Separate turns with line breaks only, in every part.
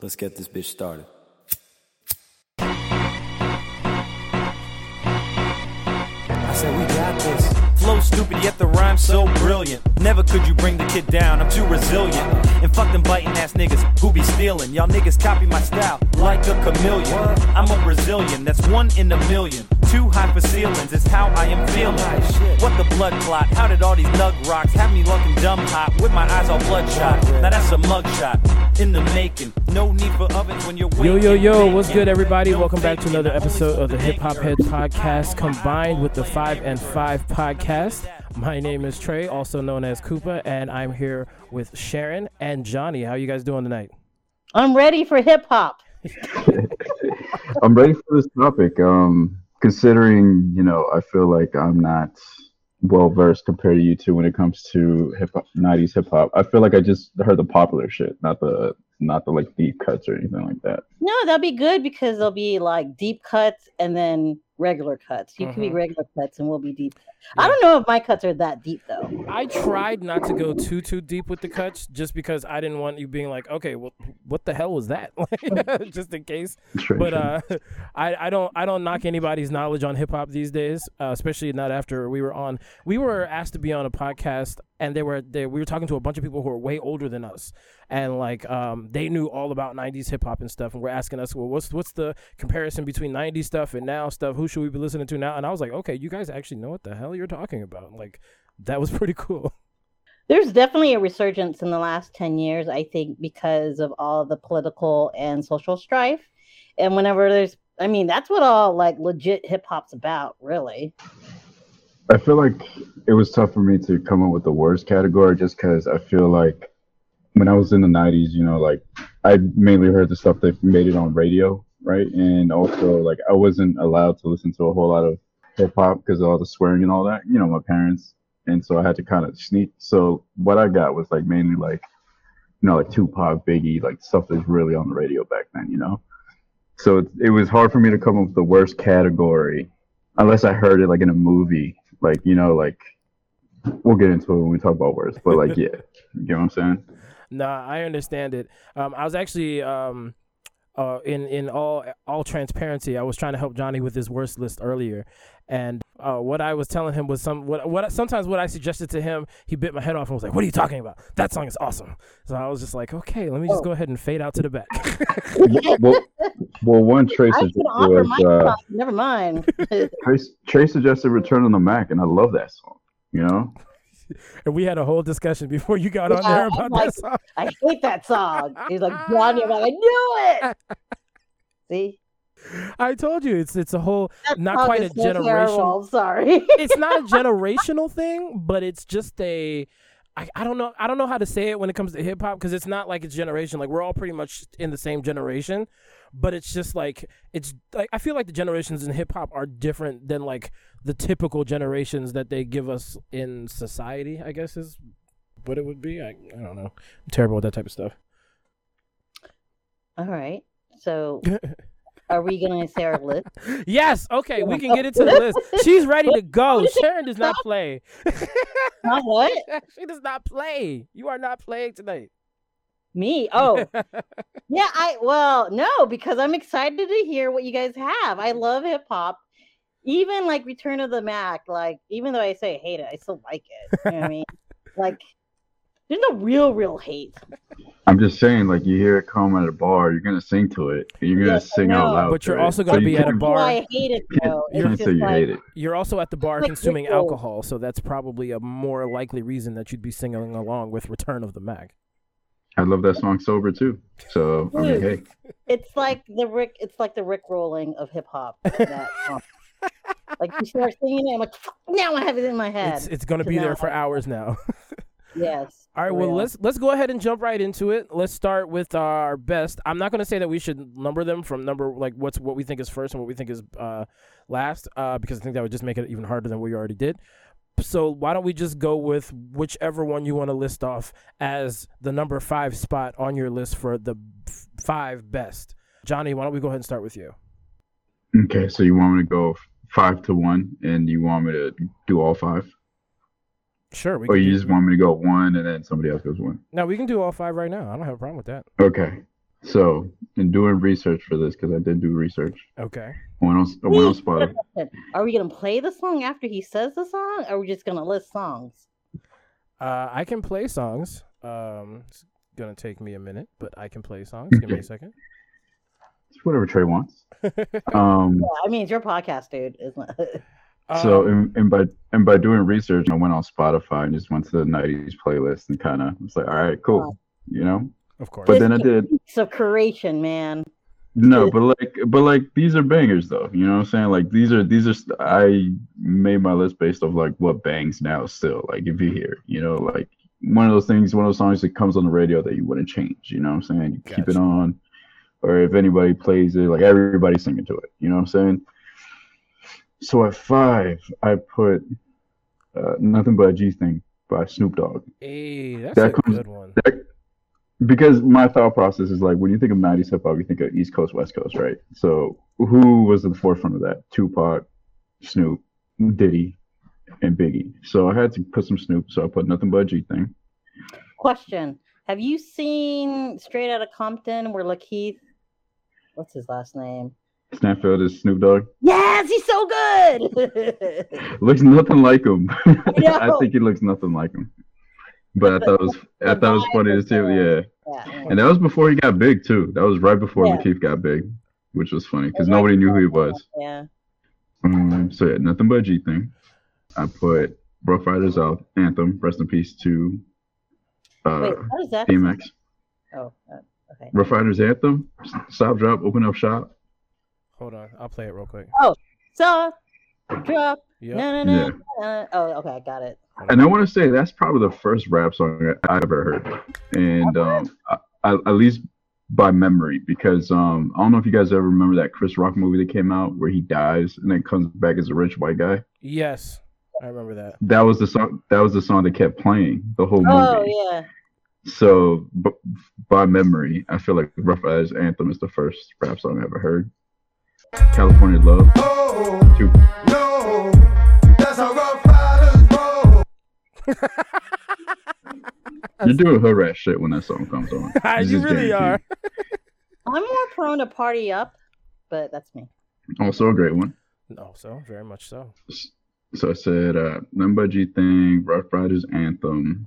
Let's get this bitch started.
I said we got this.
Flow stupid, yet the rhyme so brilliant. Never could you bring the kid down, I'm too resilient. And fuck them biting ass niggas who be stealing. Y'all niggas copy my style like a chameleon. I'm a Brazilian, that's one in a million. Too high for ceilings is how I am feeling. What the blood clot? How did all these nug rocks have me looking dumb hot with my eyes all bloodshot? Now that's a mugshot in the making. No need for ovens when you're
Yo, yo,
waking,
yo, what's
baking.
good, everybody?
No
Welcome back to
faking,
another
I only
episode
saw
of the Hip Hop
anger.
Head Podcast combined with the 5 and 5 Podcast. My name is Trey, also known as Koopa, and I'm here with Sharon and Johnny. How you guys doing tonight?
I'm ready for hip hop.
I'm ready for this topic. Um, considering you know, I feel like I'm not well versed compared to you two when it comes to hip hop, '90s hip hop. I feel like I just heard the popular shit, not the not the like deep cuts or anything like that.
No, that'll be good because there'll be like deep cuts and then regular cuts. You can be
Mm-hmm.
Mhm.
regular cuts and we'll be deep. cuts. I don't know if my cuts are that deep though.
I tried not to go too, too deep with the cuts just because I didn't want you being like, okay, well, what the hell was that? Like, just in case.
Sure,
But
sure.
uh, I, I don't I don't knock anybody's knowledge on hip hop these days, uh, especially not after we were on. We were asked to be on a podcast, and they were they we were talking to a bunch of people who are way older than us, and like um, they knew all about '90s hip hop and stuff, and were asking us, well, what's what's the comparison between '90s stuff and now stuff? Who should we be listening to now? And I was like, okay, you guys actually know what the hell you're talking about. Like that was pretty cool.
There's definitely a resurgence in the last 10 years, I think, because of all the political and social strife. And whenever there's, I mean, that's what all like legit hip hop's about, really.
I feel like it was tough for me to come up with the worst category just because I feel like when I was in the 90s, you know, like I mainly heard the stuff that made it on radio, right? And also, like, I wasn't allowed to listen to a whole lot of hip hop because of all the swearing and all that, you know, my parents. And so I had to kind of sneak. So what I got was like mainly like, you know, like Tupac, Biggie, like stuff that's really on the radio back then, you know? So it, it was hard for me to come up with the worst category unless I heard it like in a movie, like you know, like we'll get into it when we talk about words, but like yeah, you know what I'm saying?
Nah, I understand it. Um, I was actually um, uh, in in all all transparency, I was trying to help Johnny with his worst list earlier, and uh, what I was telling him was some what what sometimes what I suggested to him, he bit my head off and was like, "What are you talking about? That song is awesome." So I was just like, "Okay, let me
Oh.
just go ahead and fade out to the back."
well, well, one Trey
I
suggested
can offer my
was uh,
song. Never mind.
Trey, Trey suggested "Return on the Mac," and I love that song. You know,
and we had a whole discussion before you got on
Yeah,
there
I'm
about
like-
that song.
I hate that song. He's like, Johnny, I'm like, I knew it. See?
I told you, it's it's a whole
That
Not
song
quite
is
a
so terrible.
generational-
I'm sorry.
it's not a generational thing, but it's just a. I, I don't know. I don't know how to say it when it comes to hip hop because it's not like it's generation. Like we're all pretty much in the same generation, but it's just like it's like I feel like the generations in hip hop are different than like the typical generations that they give us in society. I guess is what it would be. I, I don't know. I'm terrible with that type of stuff.
All right. So are we gonna say our list?
Yes. Okay. We can get into the list. She's ready to go. Sharon does not play.
Not what?
she does not play. You are not playing tonight.
Me. Oh. Yeah, I well, no, because I'm excited to hear what you guys have. I love hip hop. Even like Return of the Mac, like even though I say I hate it, I still like it. You know what I mean? Like there's no real, real hate.
I'm just saying, like you hear it come at a bar, you're gonna sing to it, and you're gonna
Yeah, I
sing out
know.
loud.
But you're
to it.
also gonna
you
be at a
can't-
bar.
Why I hate it though.
You can't
It's
say
just
you
like
hate it.
You're also at the bar
like
consuming
ritual.
alcohol, so that's probably a more likely reason that you'd be singing along with Return of the Mac.
I love that song sober too. So I mean, hey,
it's like the Rick it's like the Rick rolling of hip hop. that song. Like you start singing it, I'm like, "Fuck, now I have it in my head.
It's it's gonna
to
be there
not
for
like-
hours now.
yes.
All right,
for
well
real.
let's let's go ahead and jump right into it. Let's start with our best. I'm not gonna say that we should number them from number like what's what we think is first and what we think is uh, last, uh, because I think that would just make it even harder than we already did. So why don't we just go with whichever one you want to list off as the number five spot on your list for the f- five best? Johnny, why don't we go ahead and start with you?
okay, so you want me to go five to one, and you want me to do all five,
Sure. We
or
can
you
do-
just want me to go one, and then somebody else goes one?
no, we can do all five right now. I don't have a problem with that.
Okay. So, in doing research for this, because I did do research,
Okay.
when I was, when I was spotted,
Are we gonna play the song after he says the song? Or are we just gonna list songs?
Uh, I can play songs. Um, it's gonna take me a minute, but I can play songs. Give me a second.
it's whatever Trey wants. Um,
Well, I mean, it's your podcast, dude. Isn't it?
So
Um,
and, and by and by doing research, I went on Spotify and just went to the '90s playlist and kind of was like, all right, cool, you know.
of course.
But then I did
so curation, man.
no, but like, but like these are bangers though. You know what I'm saying? Like these are these are st- I made my list based off like what bangs now still. Like if you hear, you know, like one of those things, one of those songs that comes on the radio that you wouldn't change. You know what I'm saying? You keep it
Gotcha.
on, or if anybody plays it, like everybody's singing to it. You know what I'm saying? So at five, I put uh, nothing but a G thing by Snoop Dogg
hey, that's
that
a
comes-
good one.
because my thought process is like when you think of 90s hip hop, you think of East Coast, West Coast, right? So who was at the forefront of that? Tupac, Snoop, Diddy, and Biggie. So I had to put some Snoop, so I put nothing but a G thing.
Question: Have you seen Straight Outta Compton where Lakeith? What's his last name?
Snapfield is Snoop Dogg.
Yes, he's so good.
Looks nothing like him. I
know.
think he looks nothing like him. But I thought it was I thought it was funny to see, yeah.
yeah,
And that was before he got big too. That was right before
Yeah.
Lakeith got big, which was funny because nobody knew who he was.
yeah.
Um, so yeah, nothing but a G thing. I put Rough Riders out anthem. Rest in peace to uh,
Wait, how does that?
DMX.
Oh, uh, okay.
Rough Riders anthem. Stop, drop, open up shop.
Hold on, I'll play it real quick.
So, drop.
Yep.
No, no,
Yeah,
no. no. Oh, okay, I got it.
and I want to say that's probably the first rap song I- I've ever heard, and um, I, I, at least by memory because um, I don't know if you guys ever remember that Chris Rock movie that came out where he dies and then comes back as a rich white guy.
Yes, I remember that.
That was the song. That was the song that kept playing the whole movie.
Oh, yeah.
So, b- by memory, I feel like Rough Riders Anthem is the first rap song I ever heard. California Love. Two. You're doing hood rat shit when that song comes on. It's
you
just
really are.
guaranteed.
I'm more prone to party up, but that's me.
Also a Oh, great one.
No, Oh, so very much so.
So I said, uh, Number G Thing, Rough Riders Anthem,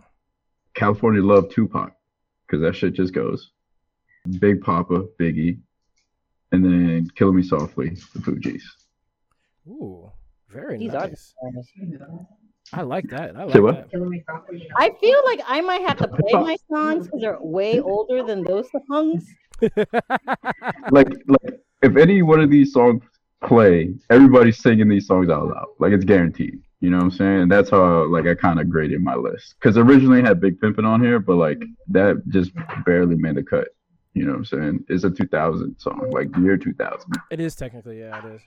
California Love, Tupac, because that shit just goes. Big Papa, Biggie, and then Killing Me Softly, the Fugees.
Ooh, very
These are the
nice. I like that. I like
Say what?
that.
I feel like I might have to play my songs because they're way older than those songs.
like like if any one of these songs play, everybody's singing these songs out loud. Like it's guaranteed. You know what I'm saying? And that's how like I kind of graded my list because originally I had Big Pimpin' on here, but like that just barely made the cut. You know what I'm saying? It's a 2000 song, like year 2000.
It is technically, yeah, it is.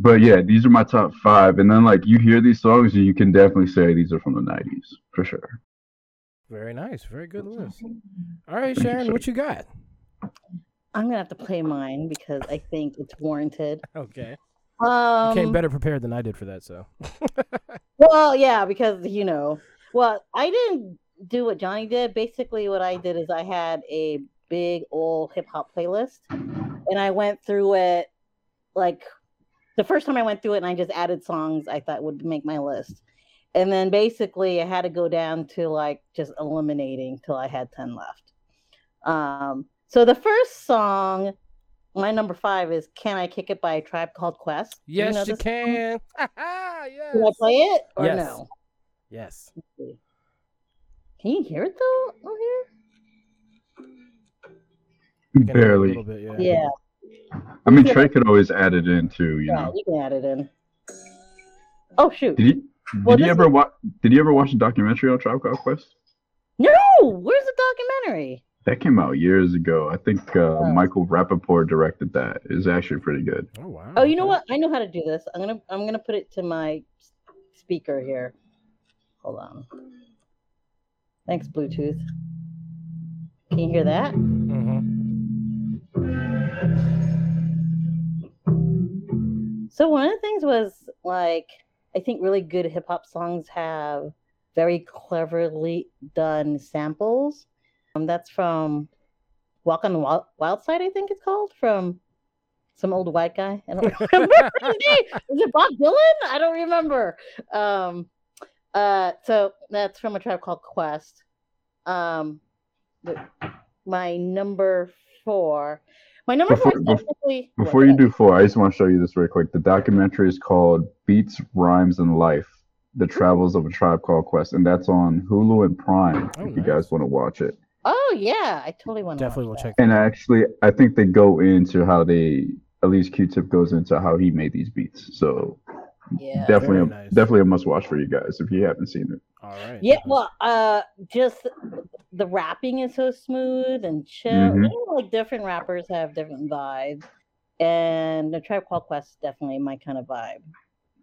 But yeah, these are my top five. And then like you hear these songs, and you can definitely say these are from the 90s for sure.
Very nice. Very good list. All right,
Thank you,
Sharon,
sir.
what you got?
I'm gonna have to play mine because I think it's warranted.
Okay. You came
Um,
better prepared than I did for that, so.
well, yeah, because you know, well, I didn't do what Johnny did. Basically, what I did is I had a big old hip hop playlist, and I went through it like the first time I went through it, and I just added songs I thought would make my list. And then basically, I had to go down to like just eliminating till I had 10 left. Um, so the first song, my number five is Can I Kick It by a Tribe Called Quest? Do
Yes,
know
you,
this song?
can. yes.
Can I play it or
Yes.
no?
Yes.
Can you hear it though? On here?
Can I- a
Barely.
little bit, yeah.
Yeah,
I mean, Trey could always add it in too. You
yeah,
know?
you can add it in. Oh shoot!
Did he?
Well,
Did he
this
ever watch? Did he ever watch the documentary on Tribe Called Quest?
No, where's the documentary?
That came out years ago. I think uh,
Oh.
Michael Rappaport directed that. It's actually pretty good.
Oh, wow.
Oh, you know
okay.
what? I know how to do this. I'm gonna I'm gonna put it to my s- speaker here. Hold on. Thanks, Bluetooth. Can you hear that?
Mhm.
So one of the things was like I think really good hip hop songs have very cleverly done samples. Um, that's from Walk on the Wild, Wild Side, I think it's called, from some old white guy. I don't remember his name. Is it Bob Dylan? I don't remember. Um, uh, so that's from a tribe called Quest. Um, the- my number four. My number four.
Before-
Is
bef-
technically- what,
Before
what?
you do four, I just want to show you this real quick. The documentary is called Beats, Rhymes, and Life The Travels of a Tribe Called Quest. And that's on Hulu and Prime
Oh,
if you
nice.
guys want to watch it.
Oh yeah, I totally want to.
Definitely will check.
And actually, I think they go into how they, at least Q Tip goes into how he made these beats. So
Yeah.
definitely, a,
very nice.
definitely a must watch for you guys if you haven't seen it.
All right.
Yeah, well, uh, just the rapping is so smooth and chill.
Mhm.
You know, like different rappers have different vibes, and the Tribe Called Quest is definitely my kind of vibe.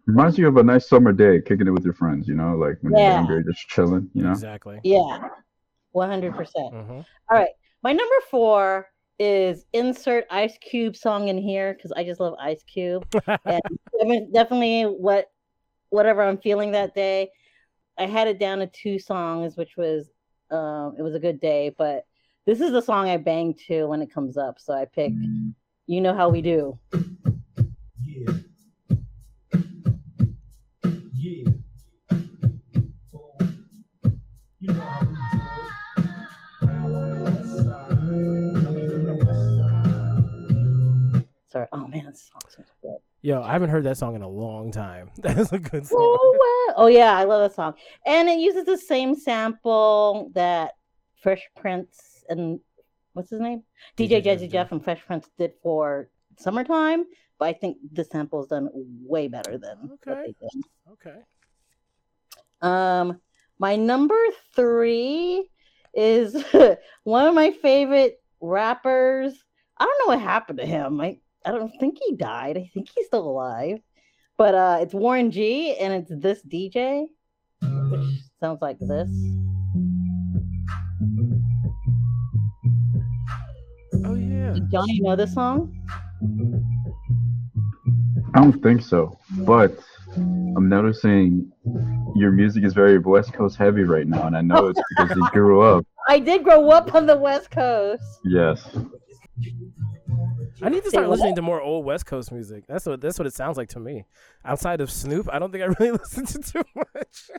Reminds you of a nice summer day, kicking it with your friends, you know, like when
Yeah.
you're younger, just chilling, you know?
Exactly.
Yeah, one hundred percent.
hmm
My number four is insert Ice Cube song in here because I just love Ice Cube. and defi- definitely what whatever I'm feeling that day. I had it down to two songs, which was um it was a good day, but this is the song I bang to when it comes up. So I picked You Know How We Do.
Yeah. Yeah. Oh, you know how we do
Sorry. Oh man, this song so good.
Yo, I haven't heard that song in a long time. That is a good song.
Oh, wow. oh yeah, I love that song. And it uses the same sample that Fresh Prince and what's his name? DJ Jazzy Jeff and Fresh Prince did for Summertime, but I think the sample's done way better than what
Okay.
they did.
Okay.
Um, my number three is one of my favorite rappers. I don't know what happened to him. I, I don't think he died. I think he's still alive. But uh, it's Warren G and it's this DJ, which sounds like this.
Oh yeah.
Johnny, you know this song?
I don't think so, but I'm noticing your music is very West Coast heavy right now, and I know it's because you grew up.
I did grow up on the West Coast.
Yes,
I need to
Say
start
what?
listening to more old West Coast music. That's what that's what it sounds like to me. Outside of Snoop, I don't think I really listen to too much.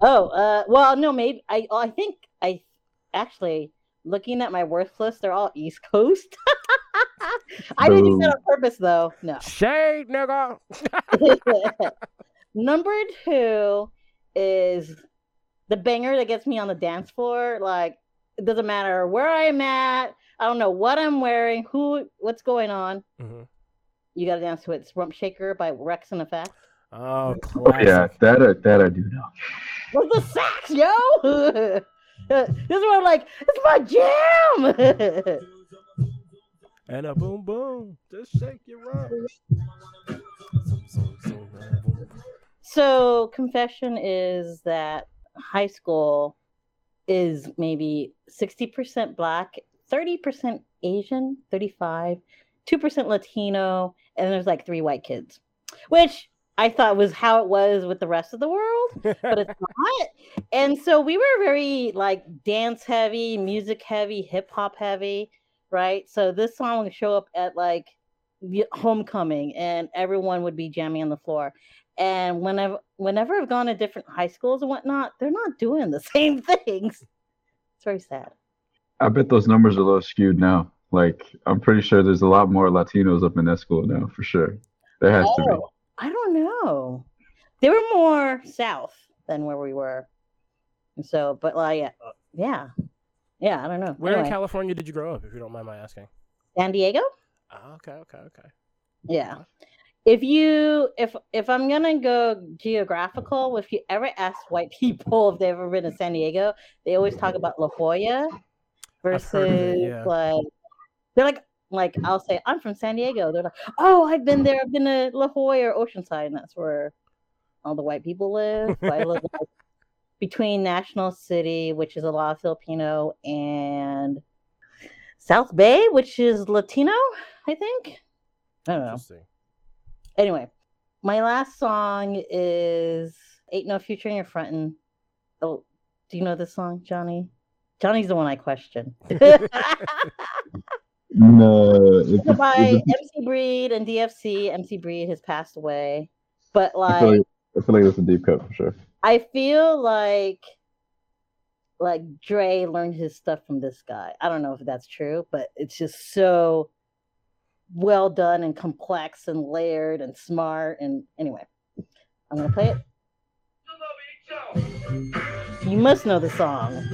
Oh, uh, well, no, maybe I. oh, I think I actually looking at my worth list, they're all East Coast. I didn't do that on purpose, though. No.
Shade, nigga.
Number two is the banger that gets me on the dance floor. Like it doesn't matter where I'm at. I don't know what I'm wearing, who, what's going on.
hmm
You got to dance to it. It's Rump Shaker by Rex and Effect.
Oh,
oh
classic.
yeah, that I, that I do know.
Where's the sax, yo? this is where I'm like, it's my jam.
And a boom boom, just shake your rock.
so, confession is that high school is maybe 60% black, 30% Asian, 35, 2% Latino, and there's like three white kids, which I thought was how it was with the rest of the world. but it's not. And so we were very like dance heavy, music heavy, hip hop heavy, right? So this song would show up at like y- homecoming, and everyone would be jamming on the floor. And whenever whenever I've gone to different high schools and whatnot, they're not doing the same things. It's very sad.
I bet those numbers are a little skewed now. Like I'm pretty sure there's a lot more Latinos up in that school now, for sure. There has to be.
Oh, I don't know. They were more south than where we were, and so, but like, uh, yeah, yeah, I don't know.
Where in
Anyway,
California did you grow up, if you don't mind my asking?
San Diego.
Oh, okay, okay, okay.
Yeah.
Huh?
If you if if I'm gonna go geographical, if you ever ask white people if they've ever been to San Diego, they always talk about La Jolla
I've
versus
heard of it, yeah.
like they're like like I'll say I'm from San Diego. They're like, oh, I've been there. I've been to La Jolla or Oceanside, and that's where all the white people live. But I live like, between National City, which is a lot of Filipino, and South Bay, which is Latino, I think. I don't know
Interesting.
anyway, my last song is Ain't No Future in Your Frontin'. Oh, do you know this song, Johnny? Johnny's the one I question.
No, if it's-
by
if it's-
MC Breed and DFC. MC Breed has passed away, but
I feel
like
like I feel like that's a deep cut for sure.
I feel like like Dre learned his stuff from this guy. I don't know if that's true, but it's just so well done and complex and layered and smart and anyway. I'm gonna play it. You must know the song.
yeah.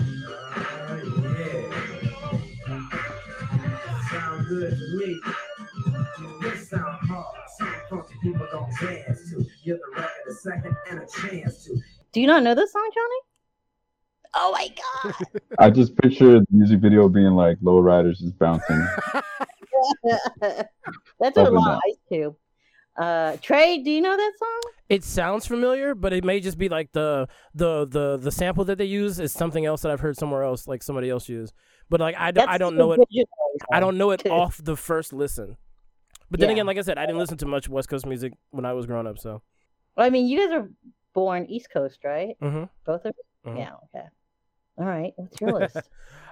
Sound good to me. This sound hard. Sound funky people don't dance to. Give the record a second and a chance to.
Do you not know this song, Johnny? Oh my god.
I just picture the music video being like low riders just bouncing.
That's what a
Probably
lot of
not.
ice cube. Uh, Trey, do you know that song?
It sounds familiar, but it may just be like the the the the sample that they use is something else that I've heard somewhere else, like somebody else use. But like I, don't- I
That's
don't
the
know it.
original
I don't know it
too.
off the first listen. But then
Yeah.
again, like I said, I didn't listen to much West Coast music when I was growing up. So
Well, I mean, you guys are born East Coast, right?
Mhm.
Both of you?
Mm-hmm.
Mhm.
Yeah, okay. All right. What's your list?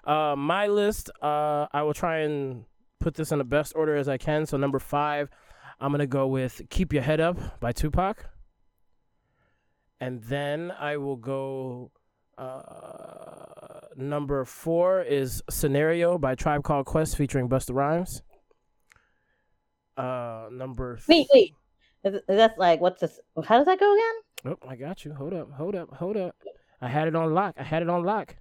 Uh, my list, uh, I will try and put this in the best order as I can. So number five, I'm gonna go with "Keep Your Head Up" by Tupac, and then I will go. Uh, number four is "Scenario" by Tribe Called Quest featuring Busta Rhymes. Uh, number th-
wait, wait. Is- That's like, what's this? How does that go again?
Oh, I got you. Hold up, hold up, hold up. I had it on lock. I had it on lock.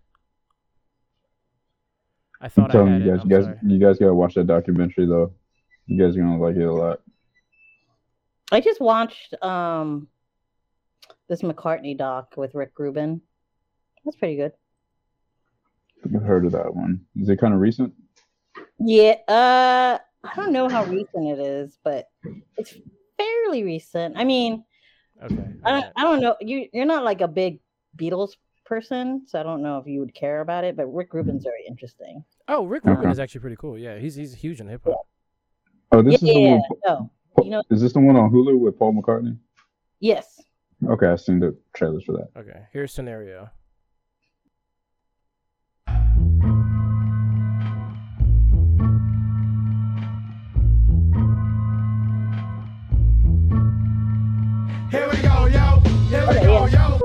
I
I'm
thought I
telling
had
you
it.
guys,
I'm
you guys,
sorry.
you guys gotta watch that documentary though. You guys are gonna like it a lot.
I just watched um this McCartney doc with Rick Rubin. That's pretty good.
I've heard of that one. Is it kind of recent?
Yeah. Uh, I don't know how recent it is, but it's fairly recent. I mean,
Okay.
I
alright.
don't, I don't know. You you're not like a big Beatles person, so I don't know if you would care about it. But Rick Rubin's very interesting.
Oh, Rick
Okay.
Rubin is actually pretty cool. Yeah, he's he's huge in hip hop.
Oh, this is the
yeah.
one.
No. You know.
Is this the one on Hulu with Paul McCartney?
Yes.
Okay, I've seen the trailers for that.
Okay, here's scenario.
Here we go, yo. Here we go, yo.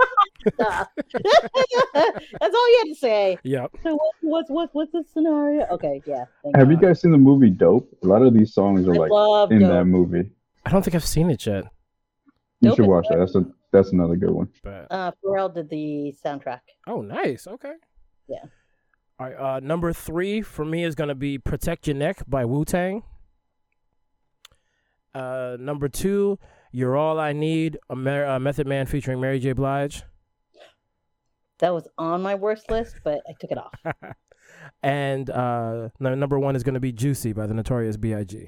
Duh. That's all you had to say.
Yep.
So what, what's what's what's the scenario? Okay. Yeah. thank
Have you
God.
guys seen the movie Dope? A lot of these songs are
Uh-huh. I uh,
like
love
in
Dope.
that movie.
I don't think I've seen it yet,
You
Dope
should
is
watch that. That's a that's another good one.
but
Uh, Pharrell did the soundtrack.
oh, nice. Okay.
Yeah.
All right. Uh, number three for me is gonna be "Protect Your Neck" by Wu Tang. Uh, number two, "You're All I Need," a Mer- uh, Method Man featuring Mary J. Blige,
That was on my worst list, but I took it off.
and uh, no, number one is gonna be "Juicy" by the Notorious B.I.G.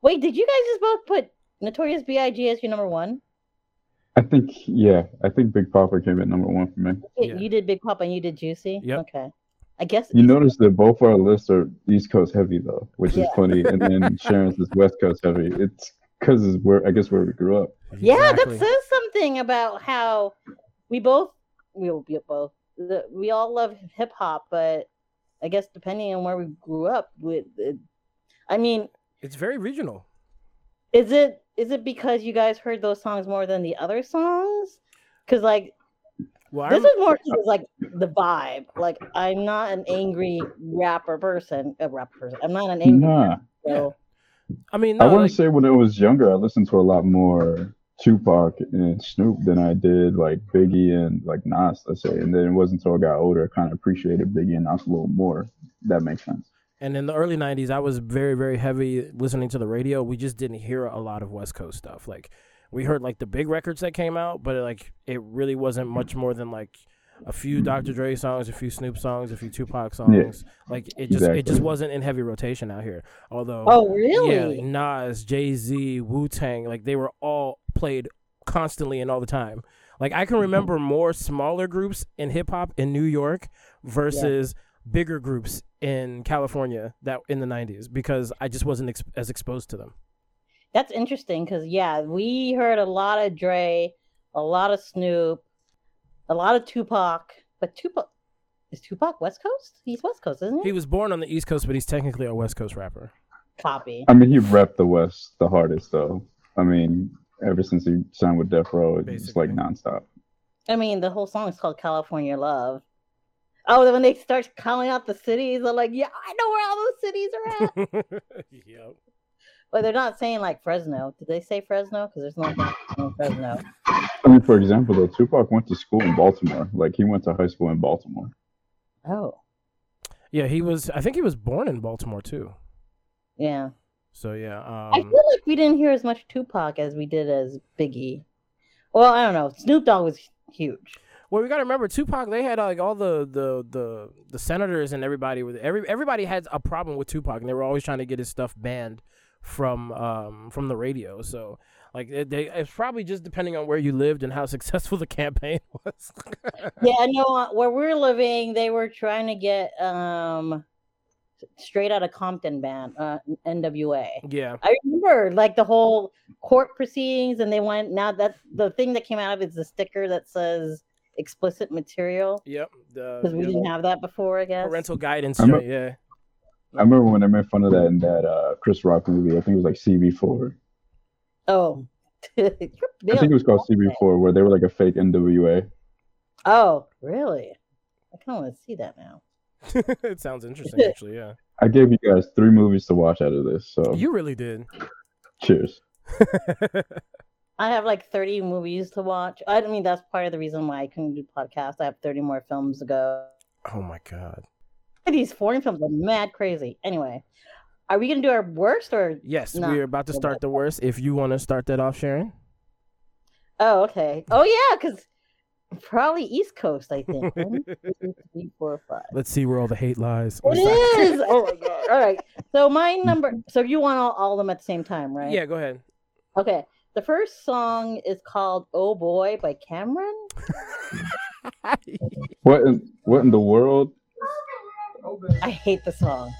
Wait, did you guys just both put Notorious B.I.G. as your number one?
I think yeah, I think Big Papa came at number one for me.
You-
Yeah.
You did Big Pop and you did Juicy.
Yep.
Okay. I guess
You notice that both our lists are East Coast heavy though, which is funny, and then Sharon's is West Coast heavy. It's because is where I guess where we grew up.
Yeah,
Exactly.
that says something about how we both we will be both the, we all love hip hop, but I guess depending on where we grew up, with it, I mean,
it's very regional.
is it is it because you guys heard those songs more than the other songs? Because like
Well, I
this
rem-
was more just like the vibe. Like I'm not an angry rapper person, a rapper person. I'm not an angry.
Nah,
So
I mean,
I
no,
want
like-
to say when I was younger, I listened to a lot more Tupac and Snoop than I did like Biggie and like Nas. Let's say, and then it wasn't until I got older I kind of appreciated Biggie and Nas a little more. That makes sense.
And in the early '90s, I was very, very heavy listening to the radio. We just didn't hear a lot of West Coast stuff. Like we heard like the big records that came out, but like it really wasn't much more than like a few Dr. Dre songs, a few Snoop songs, a few Tupac songs. Like it just it just
exactly.
wasn't in heavy rotation out here. Although
oh really?
yeah, Nas, Jay Z, Wu Tang, like they were all played constantly and all the time. Like I
Mm-hmm.
can remember more smaller groups in hip hop in New York versus bigger groups in California that in the '90s because I just wasn't ex- as exposed to them.
That's interesting because yeah, we heard a lot of Dre, a lot of Snoop, a lot of Tupac, but Tupac Is Tupac West Coast? He's West Coast, isn't he?
He was born on the East Coast, but he's technically a West Coast rapper.
Copy.
I mean, he repped the West the hardest, though. I mean, ever since he signed with Death Row, it's just like nonstop.
I mean, the whole song is called California Love. Oh, when they start calling out the cities, they're like, yeah, I know where all those cities are at.
yep.
But they're not saying like Fresno. Did they say Fresno? Because there's no no Fresno.
I mean, for example, though, Tupac went to school in Baltimore. Like, he went to high school in Baltimore.
Oh,
Yeah, he was. I think he was born in Baltimore too.
yeah.
So yeah. Um,
I feel like we didn't hear as much Tupac as we did as Biggie. Well, I don't know. Snoop Dogg was huge.
Well, we got to remember Tupac. They had like all the the the the senators and everybody with every everybody had a problem with Tupac, and they were always trying to get his stuff banned from um from the radio. So like it- they, it's probably just depending on where you lived and how successful the campaign was.
Yeah, no. uh, Where we're living, they were trying to get um straight out of Compton band, uh, NWA.
yeah,
I remember like the whole court proceedings, and they went. Now that's the thing that came out of it is the sticker that says explicit material
yep. The
because we
Uh, yeah,
didn't have that before. I guess.
parental guidance.
I'm a-
yeah,
I remember when they made fun of that in that uh, Chris Rock movie. I think it was like CB4.
Oh.
I think it was called CB4, where they were like a fake NWA.
Oh, really? I kind of want to see that now.
it sounds interesting actually. Yeah,
I gave you guys three movies to watch out of this, so
you really did.
cheers.
I have like 30 movies to watch. I mean, that's part of the reason why I couldn't do podcasts. I have 30 more films to go.
oh my god.
These foreign films are mad crazy. Anyway, are we going to do our worst or?
Yes,
No.
we are about to start the worst. If you want to start that off, Sharon.
Oh, okay. Oh, yeah, because probably East Coast, I think. One, two, three, four, five.
Let's see where all the hate lies.
It is. Oh my god! All right. So my number. So you want all, all of them at the same time, right?
Yeah, go ahead.
Okay. The first song is called "Oh Boy" by Cameron.
What in what in the world?
I hate the song.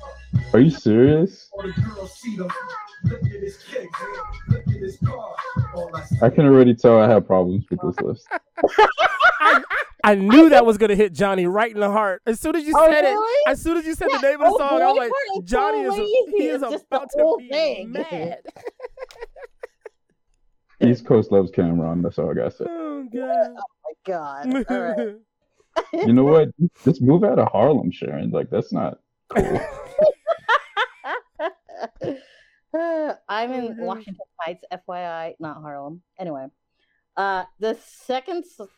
Are you serious? I can already tell I have problems with this list.
I knew that was gonna hit Johnny right in the heart. As soon as you
Oh,
said
really?
it, as soon as you said
Yeah,
the name of the
oh,
song, I was
boy,
like,
part is so
Johnny is
lazy.
he is
It's just the
about to
whole
be
thing.
mad.
East Coast loves Cameron. That's all I gotta say.
Oh god.
My God. All right.
You know what? Just move out of Harlem, Sharon. Like that's not.
Uh, I'm in Washington Heights, FYI, not Harlem. Anyway, uh, the second s-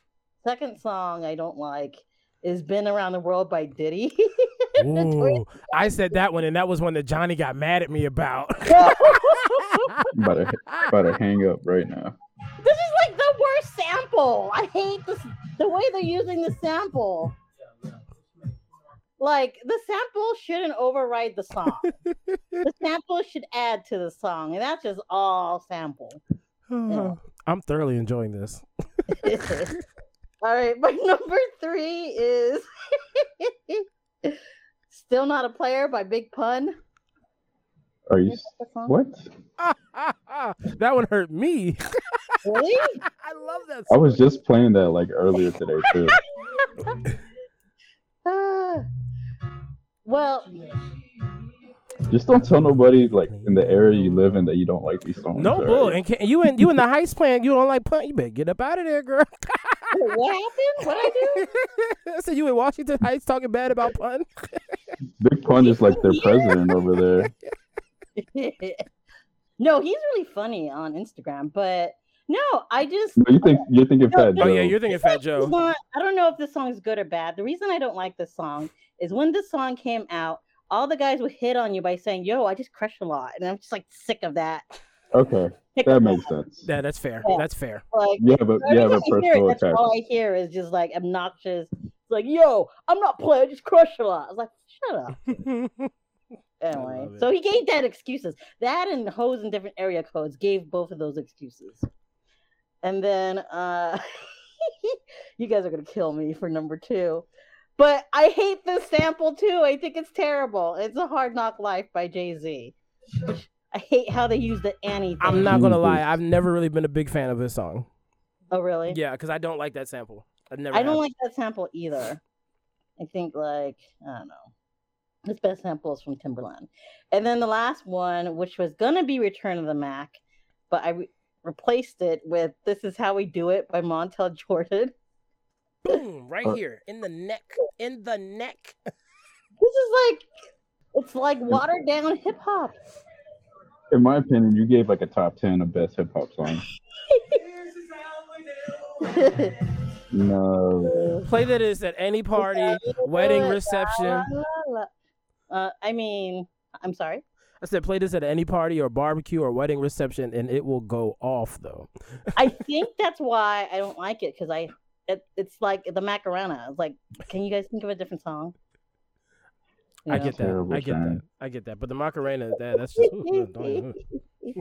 second song I don't like is "Been Around the World" by Diddy.
Ooh, I said that one, and that was one that Johnny got mad at me about.
I'm about to, about to hang up right now.
this is like the worst sample. I hate this the way they're using the sample. Like the sample shouldn't override the song. the sample should add to the song, and that's just all sample.
I'm thoroughly enjoying this.
All right, my number three is Still Not a Player by Big Pun.
Are you s-
The song?
what?
that one hurt me.
Really?
I love that.
I
Song.
was just playing that like earlier today too.
Ah. well,
Just don't tell nobody like in the area you live in that you don't like these songs.
No
all
bull,
right?
and can, you in you in the heist plan? You don't like pun? You better get up out of there, girl.
what happened? What I do?
so you in Washington Heights talking bad about pun?
Big Pun is like their president over there.
no, he's really funny on Instagram, but no, I just
No, you think you're thinking Fat Joe?
Oh yeah, you're thinking Fat
It's
Joe.
not- I don't know if this song is good or bad. The reason I don't like this song is when this song came out, all the guys would hit on you by saying, "Yo, I just crush a lot," and I'm just like sick of that.
okay,
Sick
that
of
makes sense.
Yeah, that's fair.
Yeah.
That's fair.
Like,
You have a you
every
have a
time I hear it,
personal
that's
attack.
all I hear is just like obnoxious. It's like, "Yo, I'm not playing, I just crush a lot." I was like, "Shut up." Anyway,
love it.
so he gave that excuses. That and hoes in different area codes gave both of those excuses. And then uh you guys are gonna kill me for number two. But I hate this sample too. I think it's terrible. It's a hard knock life by Jay-Z. I hate how they use the Annie thing.
I'm not gonna lie. I've never really been a big fan of this song.
Oh really?
Yeah, because I don't like that sample. I've never.
I don't
have.
like that sample either. I think like I don't know. His best sample is from Timberland, and then the last one, which was gonna be Return of the Mac, but I re- replaced it with "This Is How We Do It" by Montel Jordan.
Boom! Right here in the neck, in the neck.
This is like it's like watered down hip hop.
In my opinion, you gave like a top ten of best hip hop songs. No.
Play that is at any party, wedding reception.
Uh, I mean, I'm sorry.
I said play this at any party or barbecue or wedding reception, and it will go off though.
I think that's why I don't like it because I it, it's like the Macarena. It's like, can you guys think of a different song? You
I
know?
get that.
Terrible
I get
time.
that. I get that. But the Macarena, that that's just.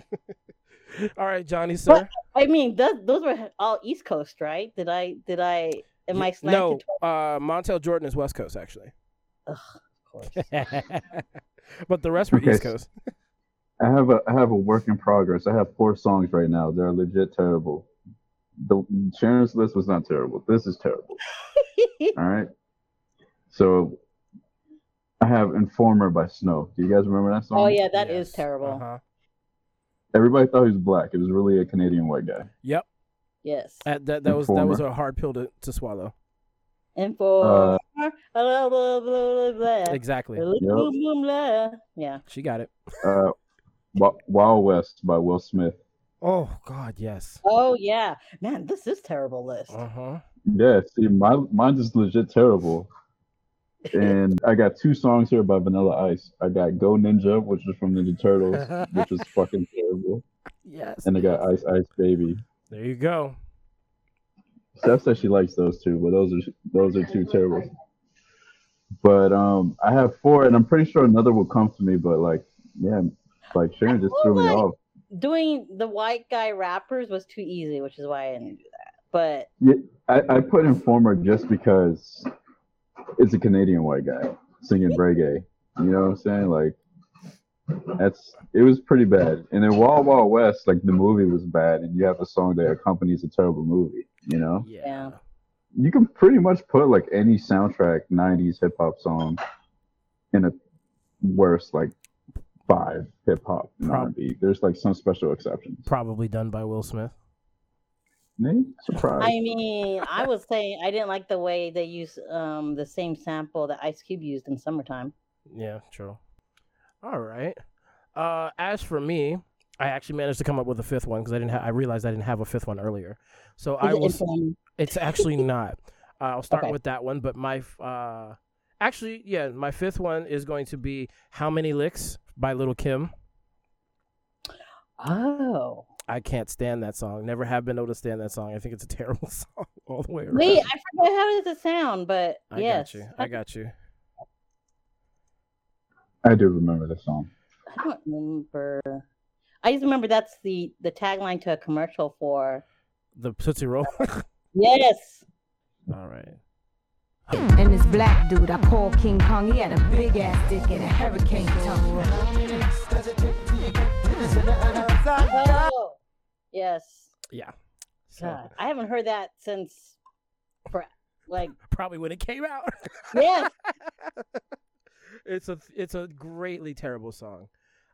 All right, Johnny, sir.
I mean, th- those were all East Coast, right? Did I? Did I? Am I slanted?
no, uh, Montel Jordan is West Coast actually,
Of course.
but the rest were
Okay.
East Coast.
I have a I have a work in progress. I have four songs right now. They're legit terrible. The Sharon's list was not terrible. This is terrible. All right. So I have Informer by Snow. Do you guys remember that song?
Oh yeah, that is
Yes.
terrible.
Uh-huh.
Everybody thought he was black. It was really a Canadian white guy.
Yep,
Yes.
that that, that was that was
Informer.
a hard pill to, to swallow.
And for blah, blah, blah, blah, blah.
Exactly,
Blah, blah, blah, blah. yeah.
she got it.
Uh, Wa- Wild West by Will Smith.
Oh God, yes.
Oh yeah, man, this is terrible list.
Uh huh.
Yeah, see, my mine's is legit terrible. And I got two songs here by Vanilla Ice. I got Go Ninja, which is from Ninja Turtles, which is fucking terrible.
Yes.
And I got Ice Ice Baby.
There you go.
Steph says she likes those two, but those are those are two terrible. But um, I have four, and I'm pretty sure another will come to me. But like, yeah, like Sharon just threw me off.
Doing the white guy rappers was too easy, which is why I didn't do that. But
I, I put Informer just because it's a Canadian white guy singing reggae. You know what I'm saying? Like that's it was pretty bad. And then Wild Wild West, like the movie was bad, and you have a song that accompanies a terrible movie. You know,
Yeah.
you can pretty much put like any soundtrack '90s hip hop song in a worse like five hip hop and
Prob-
R&B. There's like some special exceptions.
Probably done by Will Smith.
Name surprise.
I mean, I was saying I didn't like the way they use um the same sample that Ice Cube used in Summertime.
Yeah, true. All right. Uh, as for me, I actually managed to come up with a fifth one because I didn't. Ha- I realized I didn't have a fifth one earlier. So
Is
I
it
will. s-
Informer?
It's actually not. Uh, I'll start
Okay.
with that one, but my f- uh, actually, yeah, my fifth one is going to be "How Many Licks" by Little Kim.
Oh
I can't stand that song. Never have been able to stand that song. I think it's a terrible song all the way around.
wait, I forgot how does it sound, but
I
yes,
got you. I got you.
I do remember the song.
I don't remember. I just remember that's the the tagline to a commercial for
The Tootsie Roll.
yes.
all right.
And this black dude I called King Kong, he had a big ass dick and a hurricane tongue.
Oh, yes.
Yeah. So
God, I haven't heard that since, for, like,
probably when it came out.
yes,
it's a it's a greatly terrible song.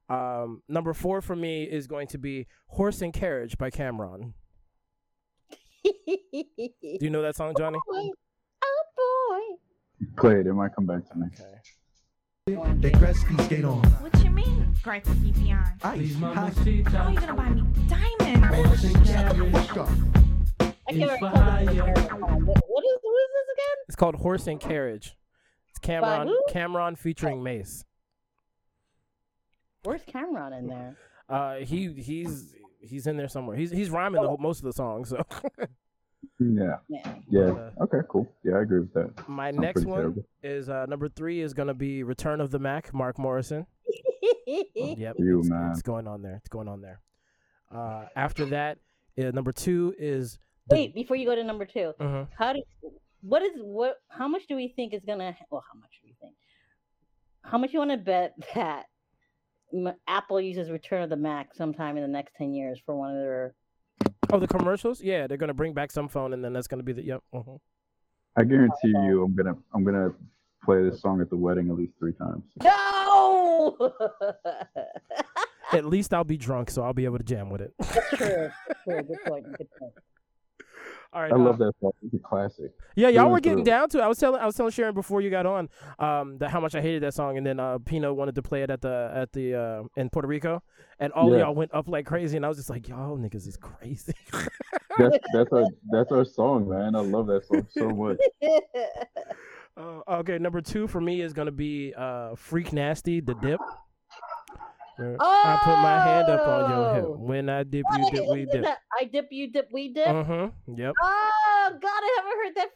Um, number four for me is going to be "Horse and Carriage" by Cameron. Do you know that song, Johnny?
oh boy.
Play it. It might come back to me.
Okay.
They dress these skate on.
What you mean? Great keep on.
Ice. Hot.
How are you gonna buy me diamonds?
Fuck up.
I can't recall this. American song. What, what is what is
It's called "Horse and Carriage." It's Cameron
who?
Cameron featuring Mace.
this again? Where's Cameron in there?
Uh, he he's he's in there somewhere. He's he's rhyming the whole, most of the song. So
Yeah.
Yeah.
Yeah. Okay. Cool. Yeah, I agree with that.
uh, my
Sounds
next
pretty
one
terrible.
is uh, number three is gonna be "Return of the Mac" Mark Morrison. Yep,
You,
it's,
man.
it's going on there. It's going on there. Uh, after that, uh, number two is the-
Wait, before you go to number two,
Mhm.
how do what is what? How much do we think is gonna? Well, how much do we think? How much you want to bet that M- Apple uses Return of the Mac sometime in the next ten years for one of their?
Oh, the commercials? Yeah, mm-hmm. they're gonna bring back some phone, and then that's gonna be the yep. mhm.
I guarantee you, I'm gonna I'm gonna play this song at the wedding at least three times.
No.
At least I'll be drunk, so I'll be able to jam with it.
True. True. Good point. Good point.
All right.
I
uh,
love that song. It's a classic.
Yeah, y'all
Through
were
and
getting
through.
down to. It. I was telling I was telling Sharon before you got on um that how much I hated that song, and then uh, Pino wanted to play it at the at the uh, in Puerto Rico, and all
Yeah.
y'all went up like crazy, and I was just like, y'all niggas is crazy.
That's that's our that's our song, man. I love that song so much.
Uh, okay, number two for me is gonna be uh Freak Nasty, the dip. Where I put my hand up on your
Oh!
hip when I dip,
Oh,
you
wait,
dip, we
isn't
dip.
that I dip, you dip, we dip.
Mm-hmm. Yep.
Oh God, I haven't heard that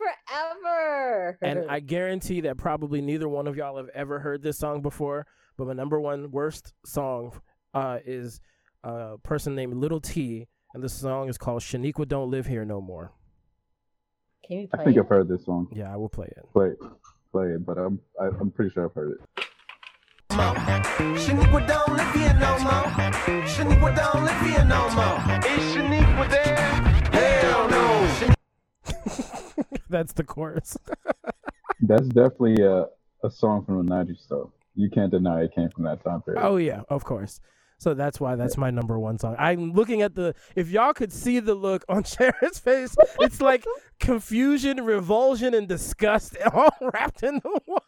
forever.
And I guarantee that probably neither one of y'all have ever heard this song before. But my number one worst song uh, is uh, a person named Little T, and this song is called Shaniqua Don't Live Here No More.
can you
I
play?
think
it?
I've heard this song.
Yeah, I will play it.
Play it, play it, but I'm I, I'm pretty sure I've heard it.
Shaniqua don't live here no more. Shaniqua don't live here no more. Is Shaniqua there? Hell no.
That's the chorus.
That's definitely a a song from the '90s, though. You can't deny it came from that time period.
Oh yeah, of course. So that's why that's my number one song. I'm looking at the if y'all could see the look on Sharon's face, it's like confusion, revulsion, and disgust all wrapped in the one.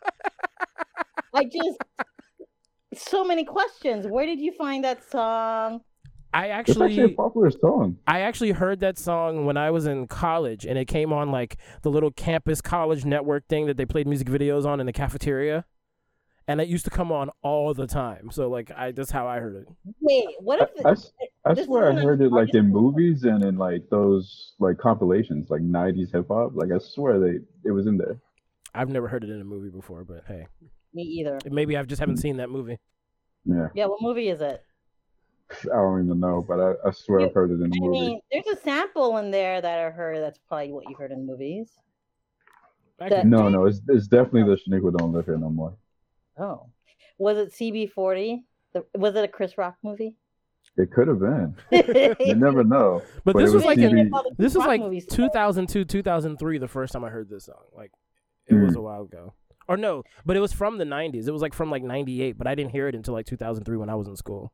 I just so many questions. Where did you find that song?
I
it's
actually,
actually, a popular song.
I actually heard that song when I was in college, and it came on like the little campus college network thing that they played music videos on in the cafeteria, and it used to come on all the time. So like, I that's how I heard it.
Wait, what
I,
if
I s- I
This
swear I
isn't a-
heard it like in movies and in like those like compilations, like '90s hip hop. Like I swear they it was in there.
I've never heard it in a movie before, but hey,
me either?
maybe I just haven't seen that movie.
Yeah,
Yeah, what movie is it?
I don't even know, but I, I swear I've heard it in the
I
movie.
mean, there's a sample in there that I heard. That's probably what you heard in movies.
Actually,
No, no, it's it's definitely the Shaniqua don't live here no more.
Oh, was it CB40? The, was it a Chris Rock movie?
It could have been. You never know.
But
But
this
it
was
was
like
TV.
in,
All the
this was
rock
like
movies.
2002, 2003. The first time I heard this song, like it
Mm.
was a while ago, or no, but it was from the 90s. It was like from like 98, but I didn't hear it until like 2003 when I was in school.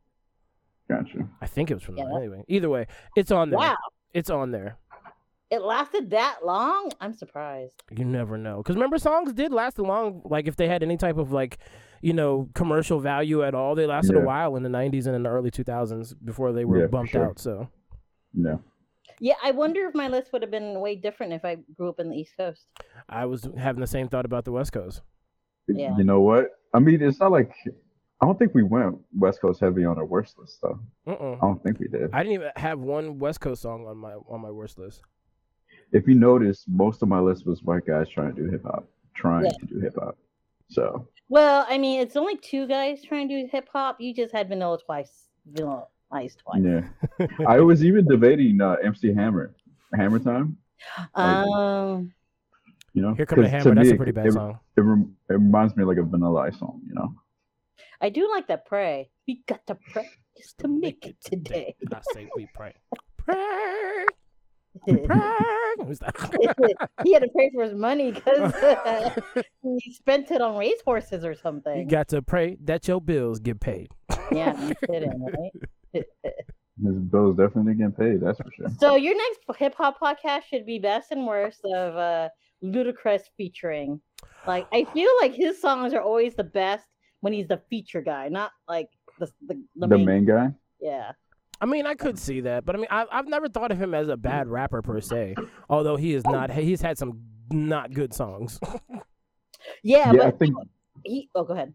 Gotcha.
I think it was from
Yeah,
that
that-
anyway. Either way, it's on there.
Wow,
It's on there.
it lasted that long. I'm surprised.
You never know, because remember, songs did last a long. Like if they had any type of like, you know, commercial value at all, they lasted a
Yeah.
while in the 90s and in the early 2000s before they were
Yeah, for
bumped
sure.
out. So
Yeah.
Yeah, I wonder if my list would have been way different if I grew up in the East Coast.
I was having the same thought about the West Coast.
Yeah.
You know what? I mean, it's not like I don't think we went West Coast heavy on our worst list though.
Mm-mm.
I don't think we did.
I didn't even have one West Coast song on my on my worst list.
If you notice, most of my list was white guys trying to do hip hop, trying to do hip hop. So
Well, I mean, it's only two guys trying to do hip hop. You just had Vanilla twice, Vanilla Ice twice.
yeah, I was even debating uh, MC Hammer, Hammer Time.
Um,
You know,
Here come the
'Cause
hammer. That's
Oh, me,
a pretty bad
it,
song.
It, rem- it reminds me of like a Vanilla Ice song. You know,
I do like that pray. We got to pray just to make it today.
I say we pray. Pray,
he
pray. Who's that?
had to pray for his money because he spent it on racehorses or
you
something.
got to pray that your bills get paid.
Yeah, no kidding, right?
his bills definitely getting paid. That's for sure.
So your next hip hop podcast should be best and worst of uh, Ludacris featuring. Like I feel like his songs are always the best when he's the feature guy, not like the the, the,
the
main,
main guy.
Yeah,
I mean, I could see that, but I mean, I, I've never thought of him as a bad rapper per se. Although he is not, he's had some not good songs.
yeah.
yeah I
but
think
he. Oh, go ahead.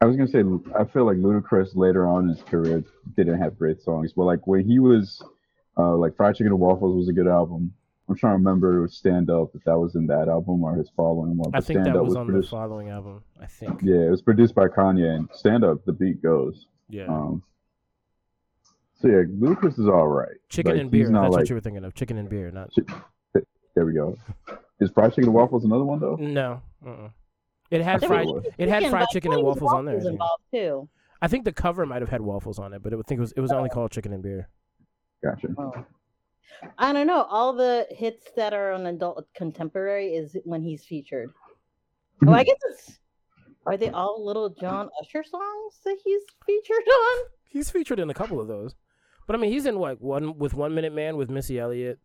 I was gonna say I feel like Ludacris later on in his career didn't have great songs, but like when he was uh, like Fried Chicken and Waffles was a good album. I'm trying to remember Stand Up if that was in that album or his following one.
I
but
think
Stand
that
Up
was on the
produced,
following album. I think.
yeah, it was produced by Kanye and Stand Up, the beat goes.
Yeah.
Um, so yeah, Ludacris is all right.
Chicken
like,
and beer.
He's
That's
not
what
like
you were thinking of. Chicken and beer. Not.
there we go. Is Fried Chicken and Waffles another one though?
No. Uh-uh. It had
There
fried.
we go.
It had
Chicken,
fried
but
chicken and
there was
waffles on there. I think.
involved too.
I think the cover might have had waffles on it, but I would think it was it was only called chicken and beer.
Gotcha.
Oh. I don't know. All the hits that are on adult contemporary is when he's featured. Oh, I guess it's Are they all little John Usher songs that he's featured on?
He's featured in a couple of those, but I mean, he's in like one with One Minute Man with Missy Elliott.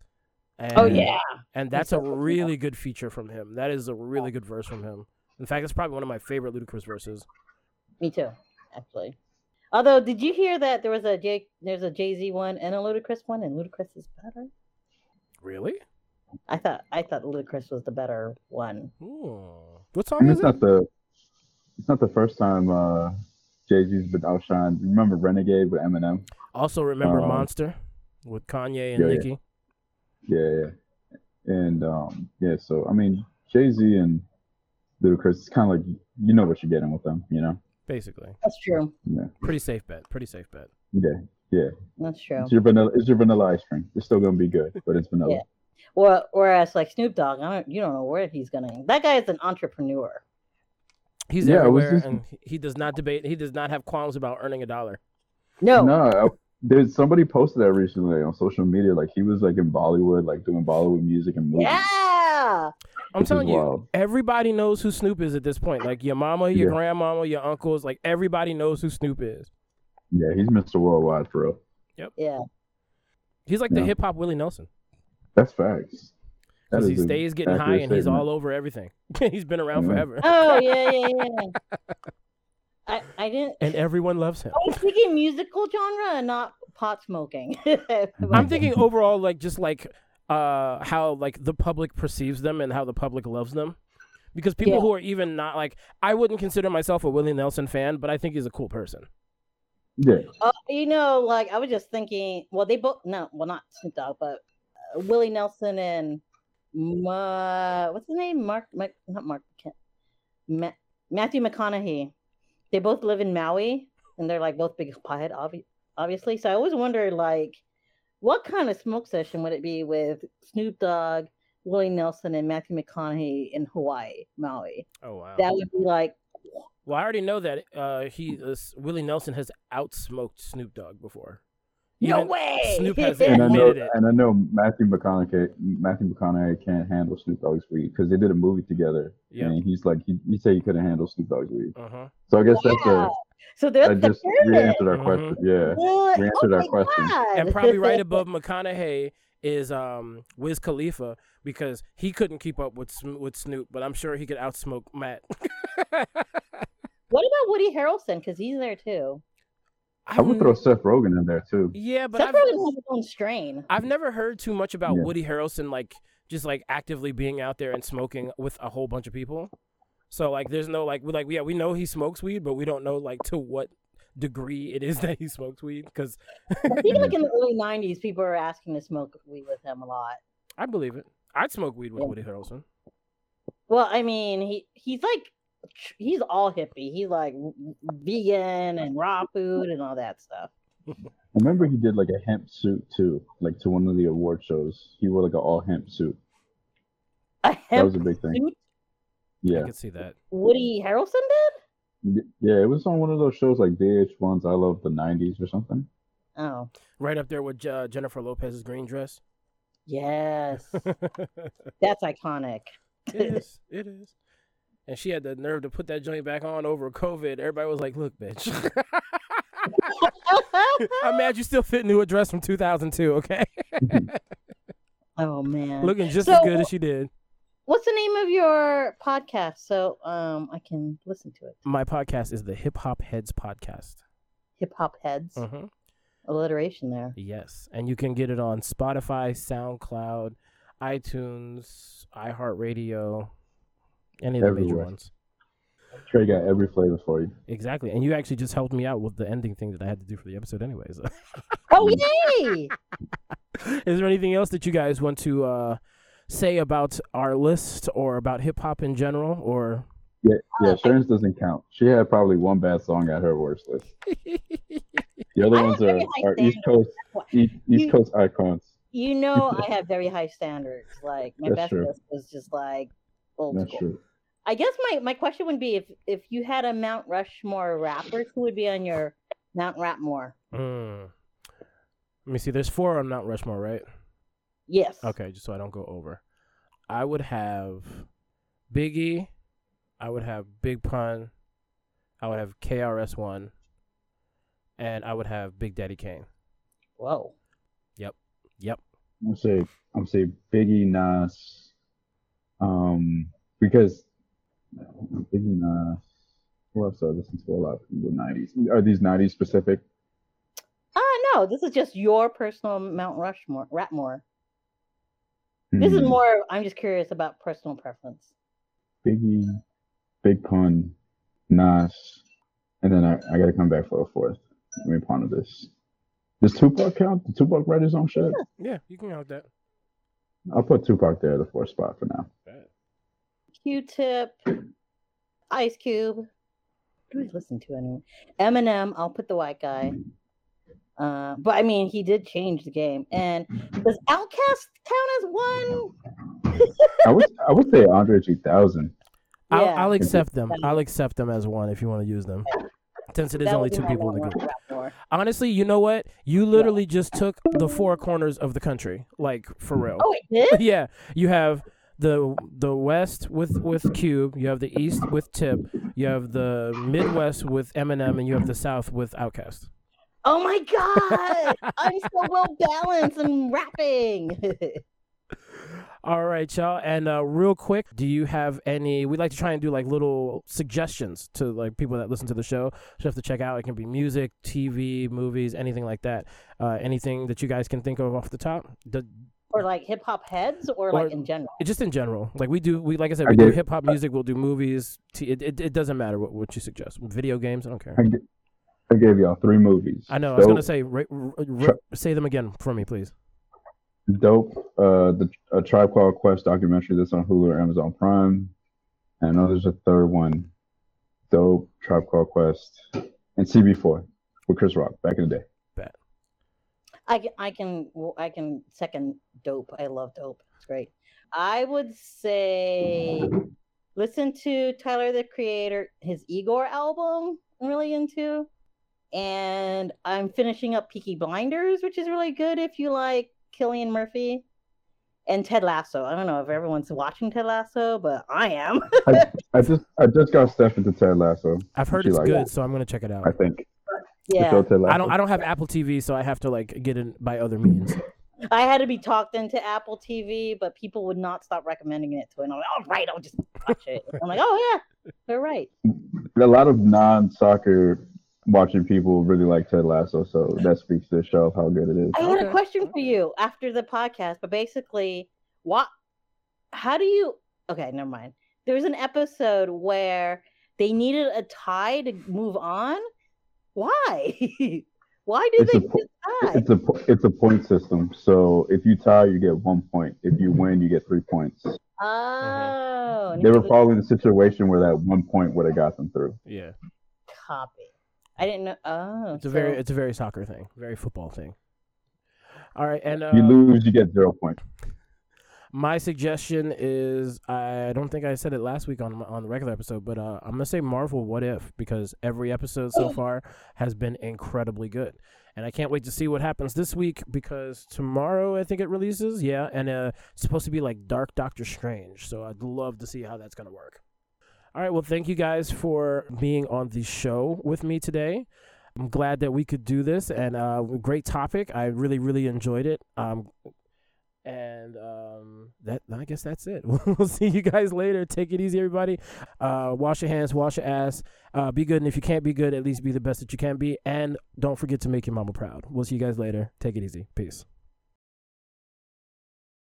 And,
Oh yeah.
and that's a really good feature from him. That is a really good verse from him. In fact, it's probably one of my favorite Ludacris verses.
Me too, actually. Although, did you hear that there was a Jay, there's a Jay Z one and a Ludacris one, and Ludacris is better?
Really?
I thought I thought Ludacris was the better one.
Hmm. What
I
song
mean,
is
it's
it?
not the it's not the first time uh, Jay Z's been outshined. Remember Renegade with Eminem?
Also, remember
Uh,
Monster with Kanye and
yeah, yeah.
Nicki.
Yeah, yeah. And um, yeah, so I mean, Jay Z and Ludacris, it's kind of like you know what you're getting with them, you know?
Basically,
That's true.
pretty safe bet. Pretty safe bet.
Yeah, yeah.
That's true.
It's your vanilla. It's your vanilla ice cream. It's still gonna be good, but it's vanilla.
Yeah. Well, whereas like Snoop Dogg, I don't, you don't know where he's gonna. That guy is an entrepreneur.
He's
Yeah, I was
everywhere,
just-
and he- he does not debate. He does not have qualms about earning a dollar.
No,
No, I- there's somebody posted that recently on social media. Like he was like in Bollywood, like doing Bollywood music and movies.
yeah,
I'm
which is
telling you,
wild.
everybody knows who Snoop is at this point. Like your mama, your
Yeah.
grandmama, your uncles, like everybody knows who Snoop is.
Yeah, he's Mr. Worldwide for real.
yeah.
He's like the
Yeah.
hip hop Willie Nelson
That's facts. That
because he
is a
stays getting high
accurate
and he's
statement.
all over everything. he's been around
Yeah.
forever,
Oh yeah, yeah, yeah. I I didn't.
and everyone loves him.
I was thinking musical genre and not pot smoking.
I'm thinking overall, like just like uh, how like the public perceives them and how the public loves them, because people
Yeah.
who are even not like I wouldn't consider myself a Willie Nelson fan, but I think he's a cool person.
Yeah,
Uh, you know, like I was just thinking. Well, they both no, well not Snoop Dogg, but uh, Willie Nelson and Ma, what's his name? Mark, Mike, not Mark, Ken- Ma- Matthew McConaughey. They both live in Maui, and they're like both big pothead, obvi- obviously. So I always wonder, like, what kind of smoke session would it be with Snoop Dogg, Willie Nelson, and Matthew McConaughey in Hawaii, Maui?
Oh wow!
That would be like,
Well, I already know that uh, he uh, S- Willie Nelson has outsmoked Snoop Dogg before.
no
Even-
way.
Snoop has
and I know,
Admitted it.
and I know Matthew McConaughey. Matthew McConaughey can't handle Snoop Dogg's weed because they did a movie together,
Yeah.
and he's like, he, he said he couldn't handle Snoop Dogg's weed.
Uh huh.
So I guess that's a
Wow. so
that
that's the
just
pyramid.
re-answered our
Mhm.
question. Yeah,
What?
We
oh
answered our
my
question.
God.
And probably right above McConaughey is um, Wiz Khalifa because he couldn't keep up with Sm- with Snoop, but I'm sure he could outsmoke Matt.
what about Woody Harrelson? Because he's there too.
I would
I've-
throw Seth Rogen in there too.
Yeah, but
Seth
I've,
Rogen has his own strain.
I've never heard too much about
Yeah.
Woody Harrelson like just like actively being out there and smoking with a whole bunch of people. So like, there's no like, we're like, yeah, we know he smokes weed, but we don't know like to what degree it is that he smokes weed because
I think like in the early '90s, people were asking to smoke weed with him a lot.
I believe it. I'd smoke weed with
Yeah.
Woody Harrelson.
Well, I mean, he he's like tr- he's all hippie. He's like w- w- vegan and raw food and all that stuff.
I remember he did like a hemp suit too, like to one of the award shows. He wore like an all hemp suit.
A
That was
hemp
a big thing.
suit
I
Yeah,
could see that.
Woody Harrelson did?
Y- yeah. It was on one of those shows like VH1's I Love the '90s or something.
Oh,
Right up there with uh, Jennifer Lopez's green dress.
yes,
it
that's iconic.
is. It is. And she had the nerve to put that joint back on over COVID. Everybody was like, "Look, bitch, I'm mad you still fit into a dress from 2002. Okay,
oh man,
looking just as
So-
good as she did."
what's the name of your podcast so um I can listen to it?
my podcast is the Hip Hop Heads podcast.
Hip Hop Heads.
Mm-hmm.
alliteration there.
Yes, and you can get it on Spotify, SoundCloud, iTunes, iHeartRadio, any of the major
Everywhere.
ones.
Trey got every flavor for you.
Exactly, and you actually just helped me out with the ending thing that I had to do for the episode, anyways.
Oh yay!
is there anything else that you guys want to uh, say about our list or about hip hop in general? Or
Yeah,
Uh,
yeah. Sharon's doesn't count. She had probably one bad song at her worst list. The other
I
ones
have
are,
very high
are East
standards,
Coast
why.
East,
You-
East Coast icons.
you know I have very high standards. Like my
That's
best
true.
list was just like old
That's
school.
true.
I guess my, my question would be if if you had a Mount Rushmore rappers, who would be on your Mount Rapmore?
Mm. let me see. There's four on Mount Rushmore, right?
Yes.
Okay, just so I don't go over. I would have Biggie. I would have Big Pun. I would have KRS One, and I would have Big Daddy Kane.
Whoa.
Yep.
I'm say I'm say Biggie Nas, um, because Biggie Nas. Who else do I listen to a lot from the '90s? Are these '90s specific?
Uh no, this is just your personal Mount Rushmore, Ratmore. This is
Hmm,
more. I'm just curious about personal preference.
Biggie, Big Pun, Nas, and then I, I gotta come back for a fourth. Let me ponder this. Does Tupac count? Did Tupac write his own shit?
Yeah, you can count that.
I'll put Tupac there, the fourth spot for now.
Q-Tip, Ice Cube. Who do I listen to anyway? Eminem. I'll put the white guy. Uh, but I mean, he did change the game. And does Outkast count as one?
I would I would say Andre 3000.
I'll,
Yeah.
I'll accept them. I'll accept them as one if you want to use them. Since it is
That
only
would be
two
my
people in the
Mount
group.
Rushmore.
Honestly, you know what? You literally just took the four corners of the country, like for real.
Oh, it did.
yeah, you have the the West with with Cube, you have the East with Tip, you have the Midwest with Eminem, and you have the South with Outkast.
Oh my god! I'm so well balanced and rapping.
All right, y'all. And uh, real quick, do you have any? We like to try and do like little suggestions to like people that listen to the show. So have to check out. It can be music, TV, movies, anything like that. Uh, anything that you guys can think of off the top. The,
or like hip hop heads, or,
Or-
like in general.
just in general, like we do. We like I said,
I
we do
did-
hip hop music. We'll do movies. T- it, it it doesn't matter what what you suggest. Video games. I don't care.
I, g- I gave y'all three movies.
I know. I was
Dope,
gonna say, ra- r- r-
Sure.
say them again for me, please.
Dope, uh, the a Tribe Called Quest documentary that's on Hulu or Amazon Prime. And I know there's a third one. Dope, Tribe Called Quest, and CB4 with Chris Rock back in the day.
I can, I can, well, I can second dope. I love dope. It's great. I would say listen to Tyler the Creator, his Igor album. I'm really into, and I'm finishing up Peaky Blinders, which is really good if you like Killian Murphy and Ted Lasso. I don't know if everyone's watching Ted Lasso, but I am.
I just I just got Steph into Ted Lasso.
I've heard
She
it's
like
good,
that.
so I'm gonna check it out.
I think.
yeah,
Show Ted
I
Lasso.
don't. I don't have Apple TV, so I have to like get it by other means.
I had to be talked into Apple TV, but people would not stop recommending it to it. And I'm like, all right, I'll just watch it. I'm like, oh yeah, they're right.
a lot of non-soccer watching people really like Ted Lasso, so that speaks to the show of how good it is.
I had
Okay,
a question for you after the podcast, but basically, what? How do you? Okay, never mind. There was an episode where they needed a tie to move on. Why? Why do
It's
they
a po-
need a tie?
It's a po- it's a point system. So if you tie, you get one point. If you win, you get three points.
Oh,
uh-huh. They were
neither
probably in a situation where that one point would have got them through.
Yeah,
copy. I didn't know. Oh,
it's a very,
so-
it's a very soccer thing, very football thing. All right, and uh,
You lose, you get zero points.
my suggestion is I don't think I said it last week on my- on the regular episode, but uh, I'm gonna say Marvel What If because every episode so far has been incredibly good, and I can't wait to see what happens this week because tomorrow I think it releases. Yeah, and uh, it's supposed to be like Dark Doctor Strange, so I'd love to see how that's gonna work. All right, well, thank you guys for being on the show with me today. I'm glad that we could do this, and uh, great topic. I really, really enjoyed it. Um, and um, that I guess that's it. we'll see you guys later. Take it easy, everybody. Uh, wash your hands, wash your ass. Uh, be good, and if you can't be good, at least be the best that you can be. And don't forget to make your mama proud. We'll see you guys later. Take it easy. Peace.